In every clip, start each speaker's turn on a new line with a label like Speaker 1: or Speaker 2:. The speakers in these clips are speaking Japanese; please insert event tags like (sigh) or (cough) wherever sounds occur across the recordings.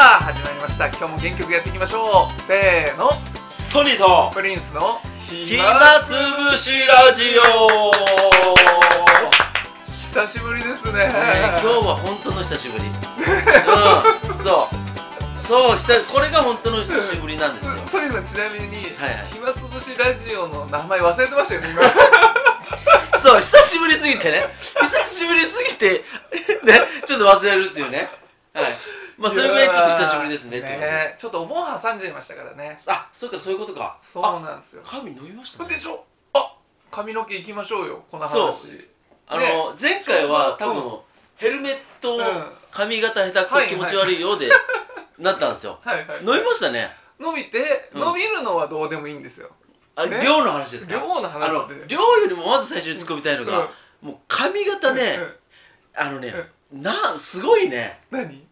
Speaker 1: した今日も元気よくやっていきましょうせーの
Speaker 2: ソニーと
Speaker 1: プリンスの
Speaker 2: 暇つぶしラジオ、
Speaker 1: 久しぶりですね
Speaker 2: ね今日は本当の久しぶ (laughs) り、うん、そうそう久これが本当の久しぶりなんですよ
Speaker 1: ソリーさんちなみに、
Speaker 2: はいはい
Speaker 1: 暇つぶしラジオの名前忘れてましたよね今
Speaker 2: そう久しぶりすぎてね久しぶりすぎて (laughs) ねちょっと忘れるっていうねはい (laughs) まあそれぐらいちょっと久しぶりですねっていうことで
Speaker 1: ねちょっとお盆挟んじゃいましたからね
Speaker 2: あそうかそういうことか
Speaker 1: そうなんですよ
Speaker 2: 髪伸びました、
Speaker 1: そう
Speaker 2: ね
Speaker 1: で、しょあ髪の毛いきましょうよこの話
Speaker 2: そうあの、前回は多分、
Speaker 1: う
Speaker 2: ヘルメットを
Speaker 1: うんは
Speaker 2: 髪型下手く
Speaker 1: はい
Speaker 2: そ
Speaker 1: はい
Speaker 2: 気持ち悪いよ
Speaker 1: (laughs)
Speaker 2: うで、なったんですよ
Speaker 1: いはい
Speaker 2: 伸びましたね
Speaker 1: 伸びて、
Speaker 2: うん
Speaker 1: 伸びるのはどうでもいいんですよ
Speaker 2: あ
Speaker 1: ね
Speaker 2: 量の話ですか
Speaker 1: 量の
Speaker 2: あ
Speaker 1: 話
Speaker 2: の
Speaker 1: で
Speaker 2: 量よりもまず最初に突っ込みたいの
Speaker 1: うん
Speaker 2: が、もう髪型ね、
Speaker 1: うん
Speaker 2: あのね、なすごいね
Speaker 1: 何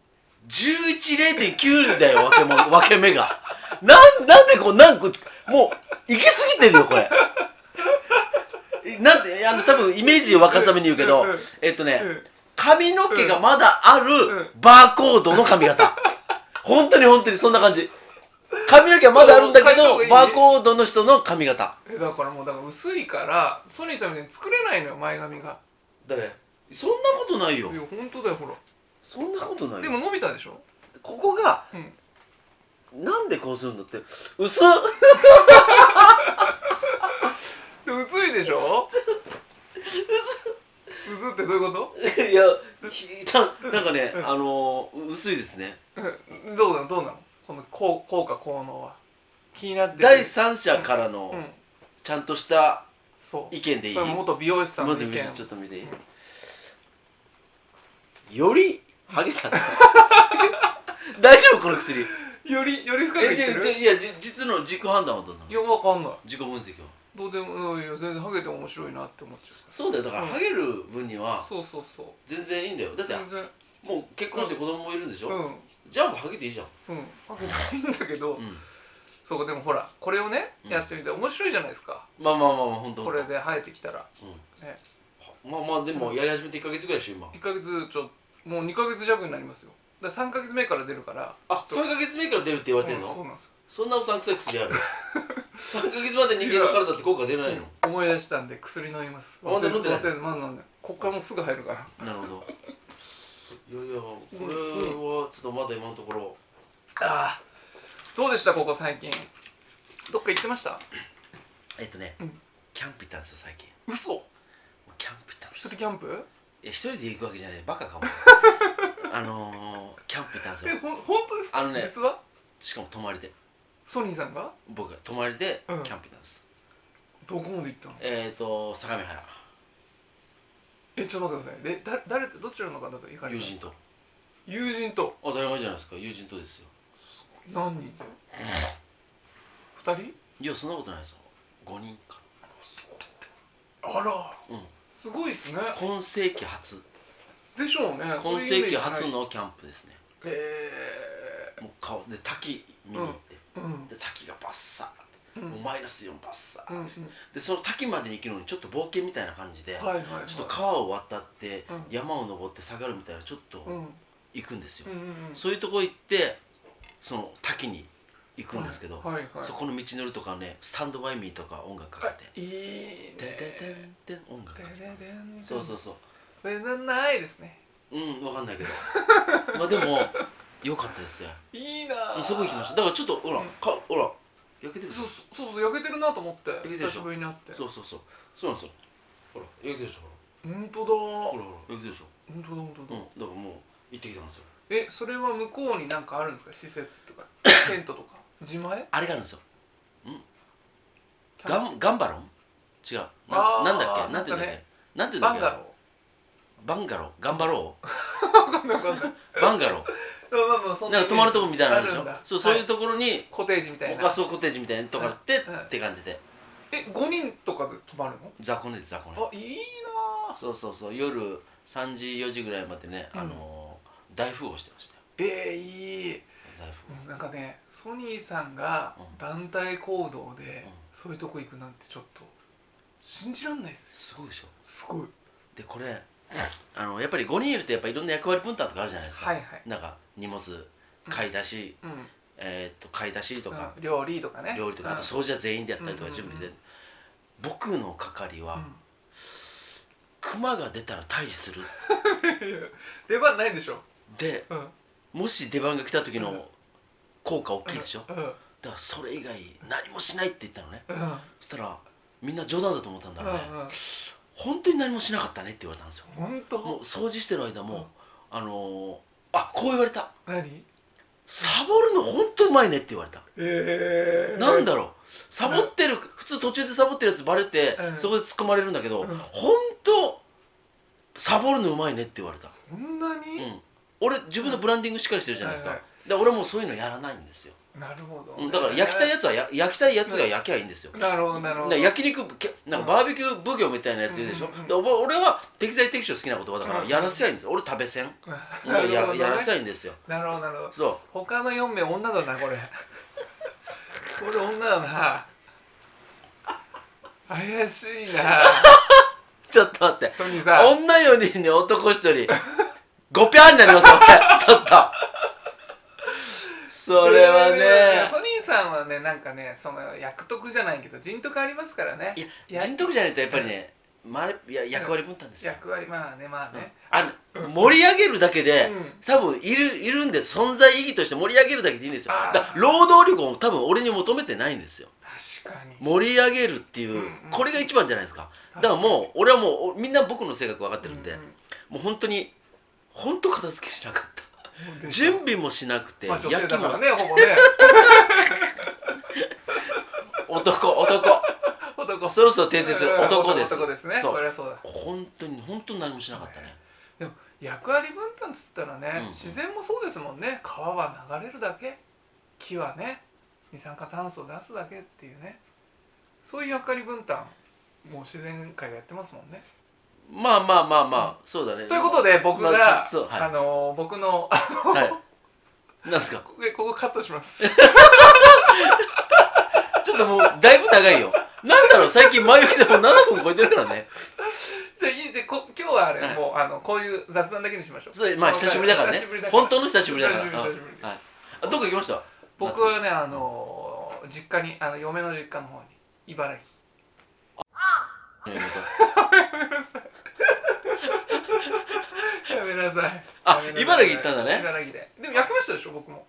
Speaker 2: 11.0.9だよ分けも (laughs) 分け目がなんなんでこうなんかもう行き過ぎてる
Speaker 1: (laughs)
Speaker 2: よこれえなんであの多分イメージを沸かすために言うけど
Speaker 1: うんうん
Speaker 2: えっと
Speaker 1: う
Speaker 2: ね
Speaker 1: ん
Speaker 2: 髪の毛がまだあ
Speaker 1: う
Speaker 2: る
Speaker 1: ん
Speaker 2: バーコードの髪
Speaker 1: (laughs)
Speaker 2: 型本当に本当にそんな感じ髪の毛はまだあるんだけ
Speaker 1: そう
Speaker 2: ど
Speaker 1: 変えた方がいい
Speaker 2: バーコードの人の髪型
Speaker 1: えだからもうだから薄いからソニーさんみたいに作れないのよ前髪が
Speaker 2: 誰そんなことない
Speaker 1: い
Speaker 2: よ
Speaker 1: や本当だよほら
Speaker 2: そんなことないよ
Speaker 1: でも伸びたでしょ
Speaker 2: ここが、
Speaker 1: うん
Speaker 2: なんでこうするんだって薄っ (laughs)
Speaker 1: で薄いでしょ薄ってどういうこ
Speaker 2: いやひななんかね、
Speaker 1: うん
Speaker 2: あのー薄いですね
Speaker 1: とうんどうなのどうなのこの効効果効能は気になってる
Speaker 2: 第三者からの
Speaker 1: うん
Speaker 2: ちゃんとした
Speaker 1: そう
Speaker 2: 意見でいい、
Speaker 1: それも元美容師さんの
Speaker 2: ま
Speaker 1: 意
Speaker 2: ず見
Speaker 1: 見
Speaker 2: てちょっと見ていい、
Speaker 1: うん
Speaker 2: よりハゲ (laughs) たな大丈夫この薬
Speaker 1: よりより深くい
Speaker 2: え
Speaker 1: ってる
Speaker 2: ででいやじ実の軸判断はどうなの
Speaker 1: いやわかんない
Speaker 2: 自己分析は
Speaker 1: どうでもいいよ全然ハゲても面白いなって思っちゃう
Speaker 2: そうだよだから、
Speaker 1: うん
Speaker 2: ハゲる分には
Speaker 1: そうそうそう
Speaker 2: 全然いいんだよだって
Speaker 1: 全然
Speaker 2: もう結婚して子供もいるんでしょ、
Speaker 1: うん
Speaker 2: じゃあもうハゲていいじゃん、
Speaker 1: うんハゲてもいいんだけど
Speaker 2: うん
Speaker 1: そうでもほらこれをね
Speaker 2: うん
Speaker 1: やってみて面白いじゃないですか
Speaker 2: まあまあまあまあ本当
Speaker 1: これで生えてきたら
Speaker 2: うん
Speaker 1: ね
Speaker 2: まあまあでもやり始めて1か月ぐらいでしょ今
Speaker 1: 1ヶ月ちょもう2ヶ月弱になりますよだから3ヶ月目から出るから
Speaker 2: あ
Speaker 1: ちょっ
Speaker 2: 3か月目から出るって言われてん
Speaker 1: とそう
Speaker 2: の
Speaker 1: なんですよ
Speaker 2: そんなおさんくさい薬あ (laughs) る3か月まで人間の体って効果出ないの
Speaker 1: 思い出したんで薬飲みます
Speaker 2: あ飲んでない
Speaker 1: 忘れてまだ飲んでないこっからもうすぐ入るから
Speaker 2: なるほど (laughs) いやいやこれはちょっとまだ今のところ
Speaker 1: ああどうでしたここ最近どっか行ってました
Speaker 2: えっとね
Speaker 1: うん
Speaker 2: キャンプ行ったんですよ最近
Speaker 1: 嘘
Speaker 2: もうキャンプ行ったんで
Speaker 1: 一
Speaker 2: す
Speaker 1: 人
Speaker 2: よ
Speaker 1: キャンプ
Speaker 2: いや一人で行くわけじゃないバ
Speaker 1: (laughs)
Speaker 2: カかもあのーキャンプ行ったんです
Speaker 1: え
Speaker 2: よ
Speaker 1: ほん本当ですか
Speaker 2: あのね
Speaker 1: 実は
Speaker 2: しかも泊まりで
Speaker 1: ソニーさんが
Speaker 2: 僕が泊まりでキャンプ行ったんです
Speaker 1: どこまで行ったの
Speaker 2: えっと相模原
Speaker 1: えちょっと待ってくださいでだ誰どちらの方と行かれたん
Speaker 2: 友
Speaker 1: で
Speaker 2: 人
Speaker 1: すか
Speaker 2: と
Speaker 1: 友人と
Speaker 2: 当たり前じゃないですか友人とですよ
Speaker 1: 何人で2人
Speaker 2: いやそんなことないですよ5人か
Speaker 1: あら
Speaker 2: うん
Speaker 1: すごいですね
Speaker 2: 今世紀初
Speaker 1: でしょうね
Speaker 2: 今世紀初のキャンプですね
Speaker 1: え
Speaker 2: もう顔で滝見に行って、
Speaker 1: ー、うん
Speaker 2: で滝がバッサーって、
Speaker 1: うん
Speaker 2: もうマイナス4バッサーって、
Speaker 1: うんうん
Speaker 2: でその滝までに行くのにちょっと冒険みたいな感じで、
Speaker 1: はいはいはい
Speaker 2: ちょっと川を渡って、
Speaker 1: うん
Speaker 2: 山を登って下がるみたいなちょっと
Speaker 1: うんうん
Speaker 2: 行くんですよ、
Speaker 1: うんうん
Speaker 2: そういうとこ行ってその滝に行くんですけど、
Speaker 1: はいはいはい
Speaker 2: そこの道のりとかね「スタンドバイミー」とか音楽かけ
Speaker 1: あ
Speaker 2: て
Speaker 1: いいね
Speaker 2: 「てんてんてんてん」音楽かけてますそうそううそう
Speaker 1: ないですね
Speaker 2: うんわかん
Speaker 1: (laughs)
Speaker 2: ないけどまあでも良かったですよ
Speaker 1: いいな
Speaker 2: そこ行きましただからちょっとほら、
Speaker 1: うん
Speaker 2: かほら焼けてるでし
Speaker 1: そう
Speaker 2: ょ
Speaker 1: そうそうそう焼けてるなと思って
Speaker 2: けてる
Speaker 1: 久
Speaker 2: でし
Speaker 1: し
Speaker 2: ょ
Speaker 1: ぶりに会って
Speaker 2: そうそうそうそうなんですよほら焼けてるでしょ
Speaker 1: 本当だ
Speaker 2: ほ
Speaker 1: 本
Speaker 2: らほらほら焼けてるでしょ
Speaker 1: 当だ本当
Speaker 2: うん
Speaker 1: だ
Speaker 2: だからもう行ってきたんですよ
Speaker 1: えそれは向こうになんかあるんですか施設とかテントとか自前
Speaker 2: あれがあるんですよ
Speaker 1: キ
Speaker 2: ガ
Speaker 1: ャン
Speaker 2: ンガンバロン違う
Speaker 1: あ
Speaker 2: な
Speaker 1: ー
Speaker 2: なんだっけなんていうんだっけなんていうんだっ
Speaker 1: バン
Speaker 2: け
Speaker 1: ガロ
Speaker 2: バンガローガンバロ
Speaker 1: ーわかんないわかんない
Speaker 2: ーバンガロ
Speaker 1: まあまあそ
Speaker 2: ー
Speaker 1: ん
Speaker 2: なんか泊まるとこみたいなのあるで
Speaker 1: あ
Speaker 2: し
Speaker 1: る
Speaker 2: ょ
Speaker 1: んだ
Speaker 2: そう
Speaker 1: は
Speaker 2: そ
Speaker 1: いう
Speaker 2: いうところに
Speaker 1: コテージみたい
Speaker 2: オ
Speaker 1: な
Speaker 2: カソコテージみたいなとこあって
Speaker 1: うん
Speaker 2: って感じで
Speaker 1: え五人とかで泊まるの
Speaker 2: 雑魚寝です雑魚寝
Speaker 1: あいいなぁ
Speaker 2: そうそうそう夜3時4時ぐらいまでね、
Speaker 1: うん
Speaker 2: あのー大富豪してましたよ
Speaker 1: えー、いい
Speaker 2: 大富
Speaker 1: なんかねソニーさんが
Speaker 2: うん
Speaker 1: 団体行動で
Speaker 2: うん
Speaker 1: そういうとこ行くなんてちょっと信じらんないっすよ
Speaker 2: すごいでしょ
Speaker 1: すごい
Speaker 2: でこれあのやっぱり5人いるとやっぱいろんな役割分担とかあるじゃないですか、
Speaker 1: はいはい
Speaker 2: なんか荷物買い出し、
Speaker 1: うん
Speaker 2: えーっと買い出しとか、
Speaker 1: うん料理とかね
Speaker 2: 料理とかあと
Speaker 1: うん
Speaker 2: 掃除は全員でやったりとか
Speaker 1: うん
Speaker 2: 準備で、僕の係は、
Speaker 1: うん
Speaker 2: クマが出たら退治する
Speaker 1: いや出番ないんで (laughs) しょ、
Speaker 2: で
Speaker 1: うん、
Speaker 2: もし出番が来た時
Speaker 1: うん
Speaker 2: の効果大きいでしょ、
Speaker 1: うんうん
Speaker 2: だからそれ以外何もしないって言ったのね
Speaker 1: うん
Speaker 2: そしたらみんな冗談だと思ったんだろうね、
Speaker 1: うん
Speaker 2: 本当に何もしなかったねって言われたんですよ
Speaker 1: 本
Speaker 2: もう
Speaker 1: 当
Speaker 2: 掃除してる間も、
Speaker 1: うん
Speaker 2: あのーあこう言われた
Speaker 1: 何
Speaker 2: サボるの本当うまいねって言われた、
Speaker 1: えー、
Speaker 2: なんだろうサボってる、普通途中でサボってるやつバレて、
Speaker 1: うん
Speaker 2: そこで突っ込まれるんだけ
Speaker 1: う
Speaker 2: ど、
Speaker 1: ん
Speaker 2: 本当サボるのうまいねって言われた、
Speaker 1: そんな
Speaker 2: う
Speaker 1: に、
Speaker 2: ん、俺自分のブランディングしっかりしてるじゃないですか、
Speaker 1: はいは
Speaker 2: で俺もうそういうのやらないんですよ、
Speaker 1: なるほど、
Speaker 2: うんだから焼きたいやつはや焼きたいやつが焼きゃいいんですよ、
Speaker 1: なるほどなるほど
Speaker 2: だから焼肉けなんかバーベキュー奉行みたいなやつ言うでしょ、
Speaker 1: うんうんうん
Speaker 2: で俺俺は適材適所好きな言葉だから
Speaker 1: うん
Speaker 2: やらせやいいんですよ俺食べせん、
Speaker 1: うん
Speaker 2: や
Speaker 1: なるほど、ね、
Speaker 2: やらせやいいんですよ
Speaker 1: なるほどなるほど
Speaker 2: そ
Speaker 1: 他の4名女だなこれこれ女だな怪しいな
Speaker 2: うちょっと待って
Speaker 1: トニーさん
Speaker 2: 女4人に男1人5ぴゃーになりますよ俺ちょっとそれはい
Speaker 1: やいや
Speaker 2: ね
Speaker 1: ソニーさんはねなんかねその役得じゃないけど人徳ありますからね
Speaker 2: い
Speaker 1: や
Speaker 2: や人徳じゃないとやっぱりね、まれいや役割分担ですよ、
Speaker 1: 役割まあねまあね、
Speaker 2: あの盛り上げるだけで、
Speaker 1: うん
Speaker 2: 多分いるいるんで存在意義として盛り上げるだけでいいんですよ
Speaker 1: あー
Speaker 2: だ労働力も多分俺に求めてないんですよ
Speaker 1: 確かに
Speaker 2: 盛り上げるっていう、
Speaker 1: うんうん
Speaker 2: これが一番じゃないですかだからもう俺はもうみんな僕の性格分かってるんで、
Speaker 1: う
Speaker 2: もう本当に本当片付けしなかっ
Speaker 1: うん
Speaker 2: た
Speaker 1: で
Speaker 2: 準備もしなくて、
Speaker 1: まあ女性
Speaker 2: 焼き
Speaker 1: だか
Speaker 2: も
Speaker 1: らねほぼね
Speaker 2: 男男
Speaker 1: 男
Speaker 2: そろそろ訂正する
Speaker 1: うん
Speaker 2: (laughs) 男です
Speaker 1: 男ですね
Speaker 2: そ
Speaker 1: そうりゃそうだ
Speaker 2: 本当に本当に何もしなかったね
Speaker 1: 役割分担っつったらね、
Speaker 2: うん
Speaker 1: 自然もそうですもんね川は流れるだけ木はね二酸化炭素を出すだけっていうねそういう役割分担もう自然界がやってますもんね。
Speaker 2: まあまあまあまあ、そうだね
Speaker 1: ということで僕が、
Speaker 2: まあ
Speaker 1: あ
Speaker 2: そうそうはい
Speaker 1: のー僕のあ
Speaker 2: はいなんですか
Speaker 1: ここここカットし
Speaker 2: (laughs)
Speaker 1: ます。
Speaker 2: ちょっともうだいぶ長いよなんだろう最近前置きでも7分超えてるからね
Speaker 1: じゃあいいじゃあこ今日はあれ、
Speaker 2: はい
Speaker 1: もうあのこういう雑談だけにしましょう。
Speaker 2: それまあ久しぶりだからね
Speaker 1: 久しぶりだから
Speaker 2: 本当の久しぶりだから
Speaker 1: 久しぶり久しぶり
Speaker 2: うんはいあどこ行き
Speaker 1: (laughs)
Speaker 2: ました
Speaker 1: 僕はねあのー実家にあの嫁の実家の方に茨城。やめなさい。
Speaker 2: あ
Speaker 1: やめなさい
Speaker 2: 茨城行ったんだね
Speaker 1: 茨城で。でも焼けましたでしょ、僕も。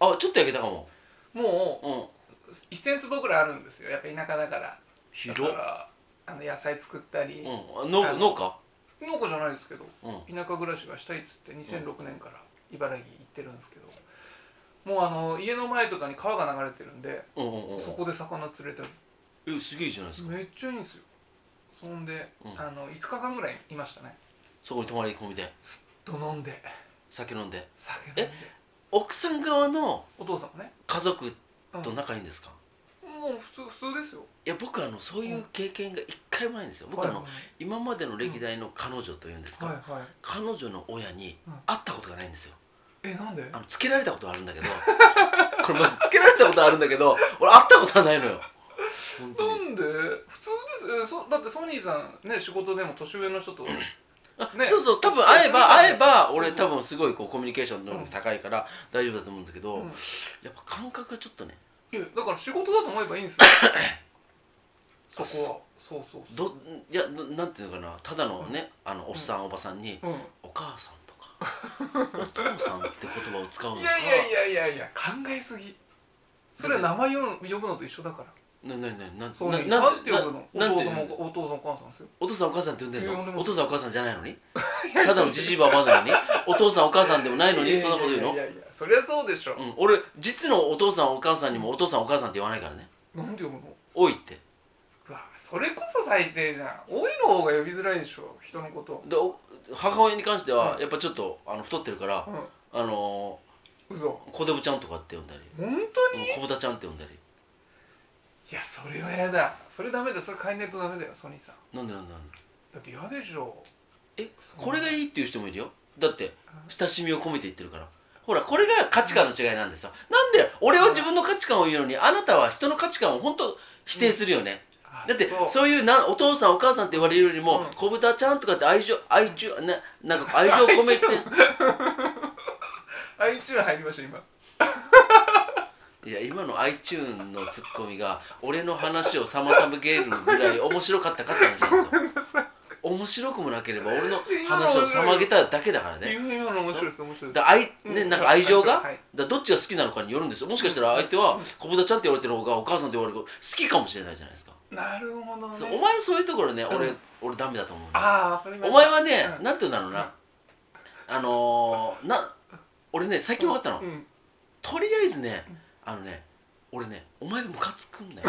Speaker 2: あちょっと焼けたかも
Speaker 1: もう
Speaker 2: うん
Speaker 1: 1000坪ぐらいあるんですよ。やっぱ田舎だから。だか
Speaker 2: 広っ
Speaker 1: らあの野菜作ったり、
Speaker 2: うんの農家
Speaker 1: 農家じゃないですけど、
Speaker 2: うん
Speaker 1: 田舎暮らしがしたいっつって2006年から茨城行ってるんですけど、もうあの家の前とかに川が流れてるんで、
Speaker 2: うんうんうん
Speaker 1: そこで魚釣れたり、
Speaker 2: えすげえじゃないですか
Speaker 1: めっちゃいいんですよ。そんで、
Speaker 2: うん
Speaker 1: あの5日間ぐらいいましたね。
Speaker 2: そこに泊まり込みで
Speaker 1: ずっと飲んで
Speaker 2: 酒飲んで
Speaker 1: 酒飲んで
Speaker 2: 奥さん側の
Speaker 1: お父さんもね、
Speaker 2: 家族
Speaker 1: うん
Speaker 2: と仲いいんですか
Speaker 1: もう普通普通ですよ。
Speaker 2: いや僕あのそういう経験が一回もないんですよ僕あ
Speaker 1: は
Speaker 2: の
Speaker 1: い
Speaker 2: 今までの歴代の彼女というんです
Speaker 1: はい
Speaker 2: か
Speaker 1: はいはい。
Speaker 2: 彼女の親に
Speaker 1: うん
Speaker 2: 会ったことがないんですよ
Speaker 1: えなんで？
Speaker 2: あのつけられたことはあるんだけど (laughs) これまずつけられたことはあるんだけど俺会ったことはないのよ本当
Speaker 1: な
Speaker 2: に
Speaker 1: んで普通ですよえそだってソニーさんね仕事でも年上の人と
Speaker 2: あ
Speaker 1: ね
Speaker 2: そうそう多分
Speaker 1: お付き合い
Speaker 2: 会えば
Speaker 1: するじゃないで
Speaker 2: 会え
Speaker 1: すか
Speaker 2: ば俺
Speaker 1: そうそ
Speaker 2: 多
Speaker 1: う
Speaker 2: 分すごいこうコミュニケーション能力高いから大丈夫だと思うんだけど、
Speaker 1: うん
Speaker 2: やっぱ感覚がちょっとね
Speaker 1: いやだから仕事だと思えばいい
Speaker 2: (coughs)
Speaker 1: んですよそこはそうそう
Speaker 2: どいやどなんていうのかなただのね、あのおっさん、おばさんに
Speaker 1: そう、
Speaker 2: 「お母さん」とか「お父さん」って言葉を使う
Speaker 1: う
Speaker 2: の
Speaker 1: ん、
Speaker 2: か
Speaker 1: いやいやいやいやいや考えすぎそれは名前呼ぶ呼ぶのと一緒だから
Speaker 2: なななな
Speaker 1: ソニー
Speaker 2: な
Speaker 1: さんって呼ぶのお
Speaker 2: ななん
Speaker 1: 父
Speaker 2: て
Speaker 1: さん
Speaker 2: 言うの
Speaker 1: もお父さんお母さんですよ
Speaker 2: お父さんお母さんって呼んでる
Speaker 1: 呼んで
Speaker 2: の
Speaker 1: ます
Speaker 2: お父さんお母さんじゃないのにただのじじいばばなのにお父さんお母さんでもないのにそんなこと言うの
Speaker 1: いやいやいやいやそりゃそうでしょ、
Speaker 2: うん、俺実のお父さんお母さんにもお父さんお母さんって言わないからね
Speaker 1: なんで呼ぶの
Speaker 2: 「おい」って
Speaker 1: うわそれこそ最低じゃんおいの方が呼びづらいでしょ人のこと
Speaker 2: でお母親に関しては
Speaker 1: うん
Speaker 2: やっぱちょっとあの太ってるから、
Speaker 1: う
Speaker 2: あの
Speaker 1: ん嘘
Speaker 2: ー、小デブちゃんとかって呼んだり
Speaker 1: 本当に
Speaker 2: うん小豚ちゃんって呼んだり
Speaker 1: いやそれはやだそれダメだそれ変えないとダメだよソニーさん
Speaker 2: なんでなんでなんで
Speaker 1: だって嫌でしょ
Speaker 2: え
Speaker 1: そんな
Speaker 2: これがいいっていう人もいるよだって
Speaker 1: うん
Speaker 2: 親しみを込めて言ってるからほらこれが価値観の違いなんですよなんで俺は自分の価値観を言うのにあなたは人の価値観を本当否定するよね、
Speaker 1: あ
Speaker 2: だって
Speaker 1: そう
Speaker 2: そういうなお父さんお母さんって言われるよりも、
Speaker 1: うん
Speaker 2: 小豚ちゃんとかって愛情愛情、ななんか愛情を込めて
Speaker 1: (laughs) 愛知は入りました今
Speaker 2: いや今の iTune のツッコミが俺の話を妨げるぐらい面白かったかって話なんですよ
Speaker 1: ごめんなさい
Speaker 2: 面白くもなければ俺の話を妨げただけだからね
Speaker 1: 今今の面白いです面白いで
Speaker 2: だ愛
Speaker 1: す
Speaker 2: ね
Speaker 1: う
Speaker 2: なんか愛情が、
Speaker 1: はい
Speaker 2: だどっちが好きなのかによるんですよもしかしたら相手は「小豚ちゃん」って言われてる方がお母さんって言われる方が好きかもしれないじゃないですか、
Speaker 1: なるほどね
Speaker 2: そうお前のそういうところね俺、
Speaker 1: うん
Speaker 2: 俺ダメだと思うね
Speaker 1: ああわかりま
Speaker 2: お
Speaker 1: した
Speaker 2: 前はね、
Speaker 1: うん
Speaker 2: なんて言うんだろうな、あのー、な俺ね最近分かったの、
Speaker 1: うん
Speaker 2: とりあえずね
Speaker 1: うん
Speaker 2: あのね俺ねお前がムカつくんだよ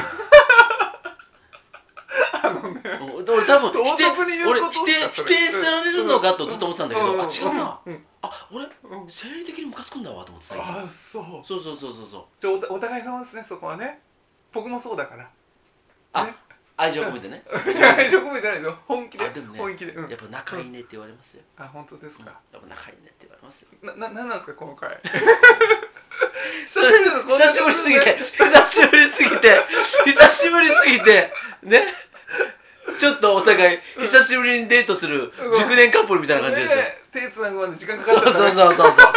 Speaker 1: あのね (laughs)
Speaker 2: うん (laughs) 俺多分
Speaker 1: 唐
Speaker 2: 否定
Speaker 1: 突に言う
Speaker 2: 俺
Speaker 1: こと
Speaker 2: 否
Speaker 1: っ
Speaker 2: 定
Speaker 1: すか
Speaker 2: 否
Speaker 1: それ
Speaker 2: 定されるのかとずっと思ってたんだけど、
Speaker 1: うん
Speaker 2: あ違うな、
Speaker 1: うんうん
Speaker 2: あ俺
Speaker 1: うん
Speaker 2: 生理的にムカつくんだわと思って最
Speaker 1: あ
Speaker 2: 近
Speaker 1: あそう
Speaker 2: そうそうそうそうそう
Speaker 1: じゃあおたお互い様ですねそこはね僕もそうだから
Speaker 2: 愛情込めてね
Speaker 1: 愛 (laughs) 情込めてないですよ本気で
Speaker 2: あでもね
Speaker 1: 本気でうん
Speaker 2: やっぱ仲いいねって言われますよ、
Speaker 1: あ本当です
Speaker 2: うん、
Speaker 1: か
Speaker 2: やっぱ仲いいねって言われますよ
Speaker 1: なななんなんですかこの
Speaker 2: (laughs)
Speaker 1: 回
Speaker 2: 久しぶり
Speaker 1: こんな
Speaker 2: すぎて久しぶりすぎて久しぶりすぎてねちょっとお互い
Speaker 1: うん
Speaker 2: 久しぶりにデートする熟年カップルみたいな感じですよ、
Speaker 1: ねえ手つなぐまで時間かか
Speaker 2: そ
Speaker 1: っちゃ
Speaker 2: う
Speaker 1: ったね
Speaker 2: そうそうそうそ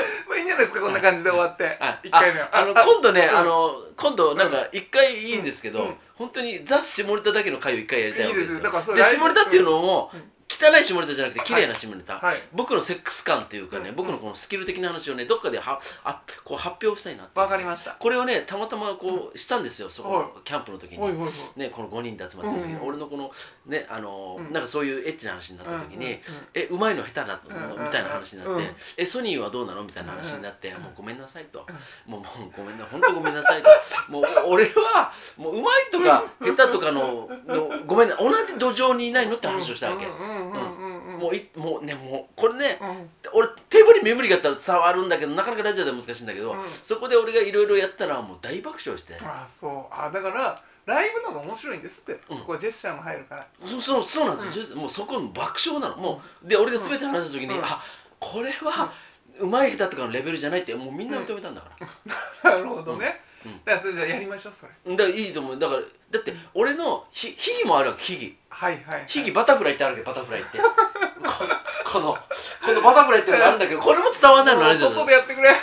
Speaker 2: う
Speaker 1: まあいいんじゃないですかこんな感じで終わって
Speaker 2: あ
Speaker 1: (laughs) 一回目は
Speaker 2: ああの
Speaker 1: あ
Speaker 2: 今度ね、
Speaker 1: うん
Speaker 2: あの今度なんか一回いいんですけど、
Speaker 1: うん
Speaker 2: 本当にザ・下ネタだけの回を一回やりたいわ
Speaker 1: いい
Speaker 2: けで
Speaker 1: ですす
Speaker 2: よ
Speaker 1: よだからそ
Speaker 2: で下ネタっていう
Speaker 1: を
Speaker 2: のも、
Speaker 1: うん
Speaker 2: 汚い下ネタじゃなくて綺麗な下ネタ、
Speaker 1: はい
Speaker 2: 僕のセックス感というかね、
Speaker 1: うん
Speaker 2: 僕のこのスキル的な話をねどっかではあこう発表したいなって
Speaker 1: わかりました
Speaker 2: これをねたまたまこうしたんですよそこキャンプの時に
Speaker 1: おいおいおい
Speaker 2: ねこの5人で集まった時に、
Speaker 1: うん
Speaker 2: 俺のこのねあのー
Speaker 1: うん
Speaker 2: なんかそういうエッチな話になった時に、
Speaker 1: うんうん
Speaker 2: えうまいの下手だと
Speaker 1: うん
Speaker 2: みたいな話になって、
Speaker 1: うん
Speaker 2: えソニーはどうなのみたいな話になって、
Speaker 1: うん
Speaker 2: もうごめんなさいと、
Speaker 1: う
Speaker 2: もうもうごめんな本当ごめんなさいともう俺はもううまいとか下手とかののごめんな同じ土壌にいないのって話をしたわけ、
Speaker 1: うんうんうんうんうん
Speaker 2: もういもうねもうこれね、
Speaker 1: うん
Speaker 2: 俺手振り目振りがあったら伝わるんだけどなかなかラジオでは難しいんだけど、
Speaker 1: うん
Speaker 2: そこで俺がいろいろやったらもう大爆笑して、
Speaker 1: あそうあだからライブの方が面白いんですって
Speaker 2: うん
Speaker 1: そこはジェスチャーも入るから
Speaker 2: そそうそうなんですよ、もうそこの爆笑なのもうで俺が全て話した時に、
Speaker 1: うん
Speaker 2: あこれはうまい下手とかのレベルじゃないってもうみんな認めたんだから、
Speaker 1: なるほどね
Speaker 2: うんうん
Speaker 1: だからそれじゃあやりましょうそれ
Speaker 2: だからいいと思うだからだって俺のひ秘技もあるわけ秘技
Speaker 1: はいはいはい
Speaker 2: 秘技バタフライってあるわけバタフライってここのこのバタフライってのがあるんだけどこれも伝わんないの
Speaker 1: も
Speaker 2: ラ
Speaker 1: う
Speaker 2: ジオ
Speaker 1: 外でやってくれ (laughs)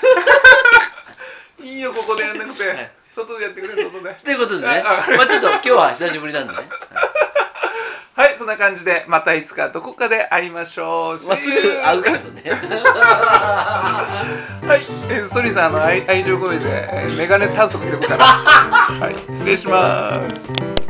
Speaker 1: いいよここでやんなくて
Speaker 2: はい
Speaker 1: 外でやってくれ外で
Speaker 2: ということでね、
Speaker 1: ああ
Speaker 2: まあ、ちょっと今日は久しぶりなんでね、
Speaker 1: はいそんな感じでまたいつかどこかで会いましょう
Speaker 2: まあ、すぐ会うから
Speaker 1: (laughs)
Speaker 2: ね。
Speaker 1: はい、えーソリー
Speaker 2: (laughs)
Speaker 1: さんあの愛愛情込めてえーメガネ短足ってことかなはい失礼します